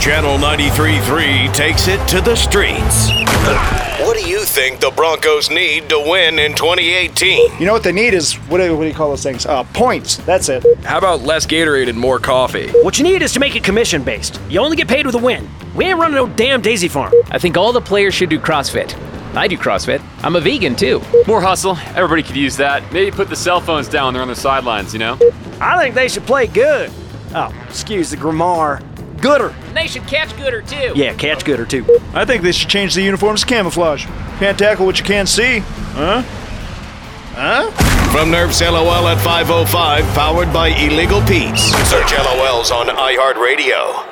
Channel 93.3 takes it to the streets. What do you think the Broncos need to win in 2018? You know what they need is what do, what do you call those things? Uh, points. That's it. How about less Gatorade and more coffee? What you need is to make it commission based. You only get paid with a win. We ain't running no damn Daisy Farm. I think all the players should do CrossFit. I do CrossFit. I'm a vegan too. More hustle. Everybody could use that. Maybe put the cell phones down. They're on the sidelines, you know? I think they should play good. Oh, excuse the grammar. Gooder. They should catch gooder too. Yeah, catch gooder too. I think they should change the uniforms to camouflage. Can't tackle what you can't see. Huh? Huh? From Nerf's oh LOL at 505, powered by Illegal Pete's. Search LOLs on iHeartRadio.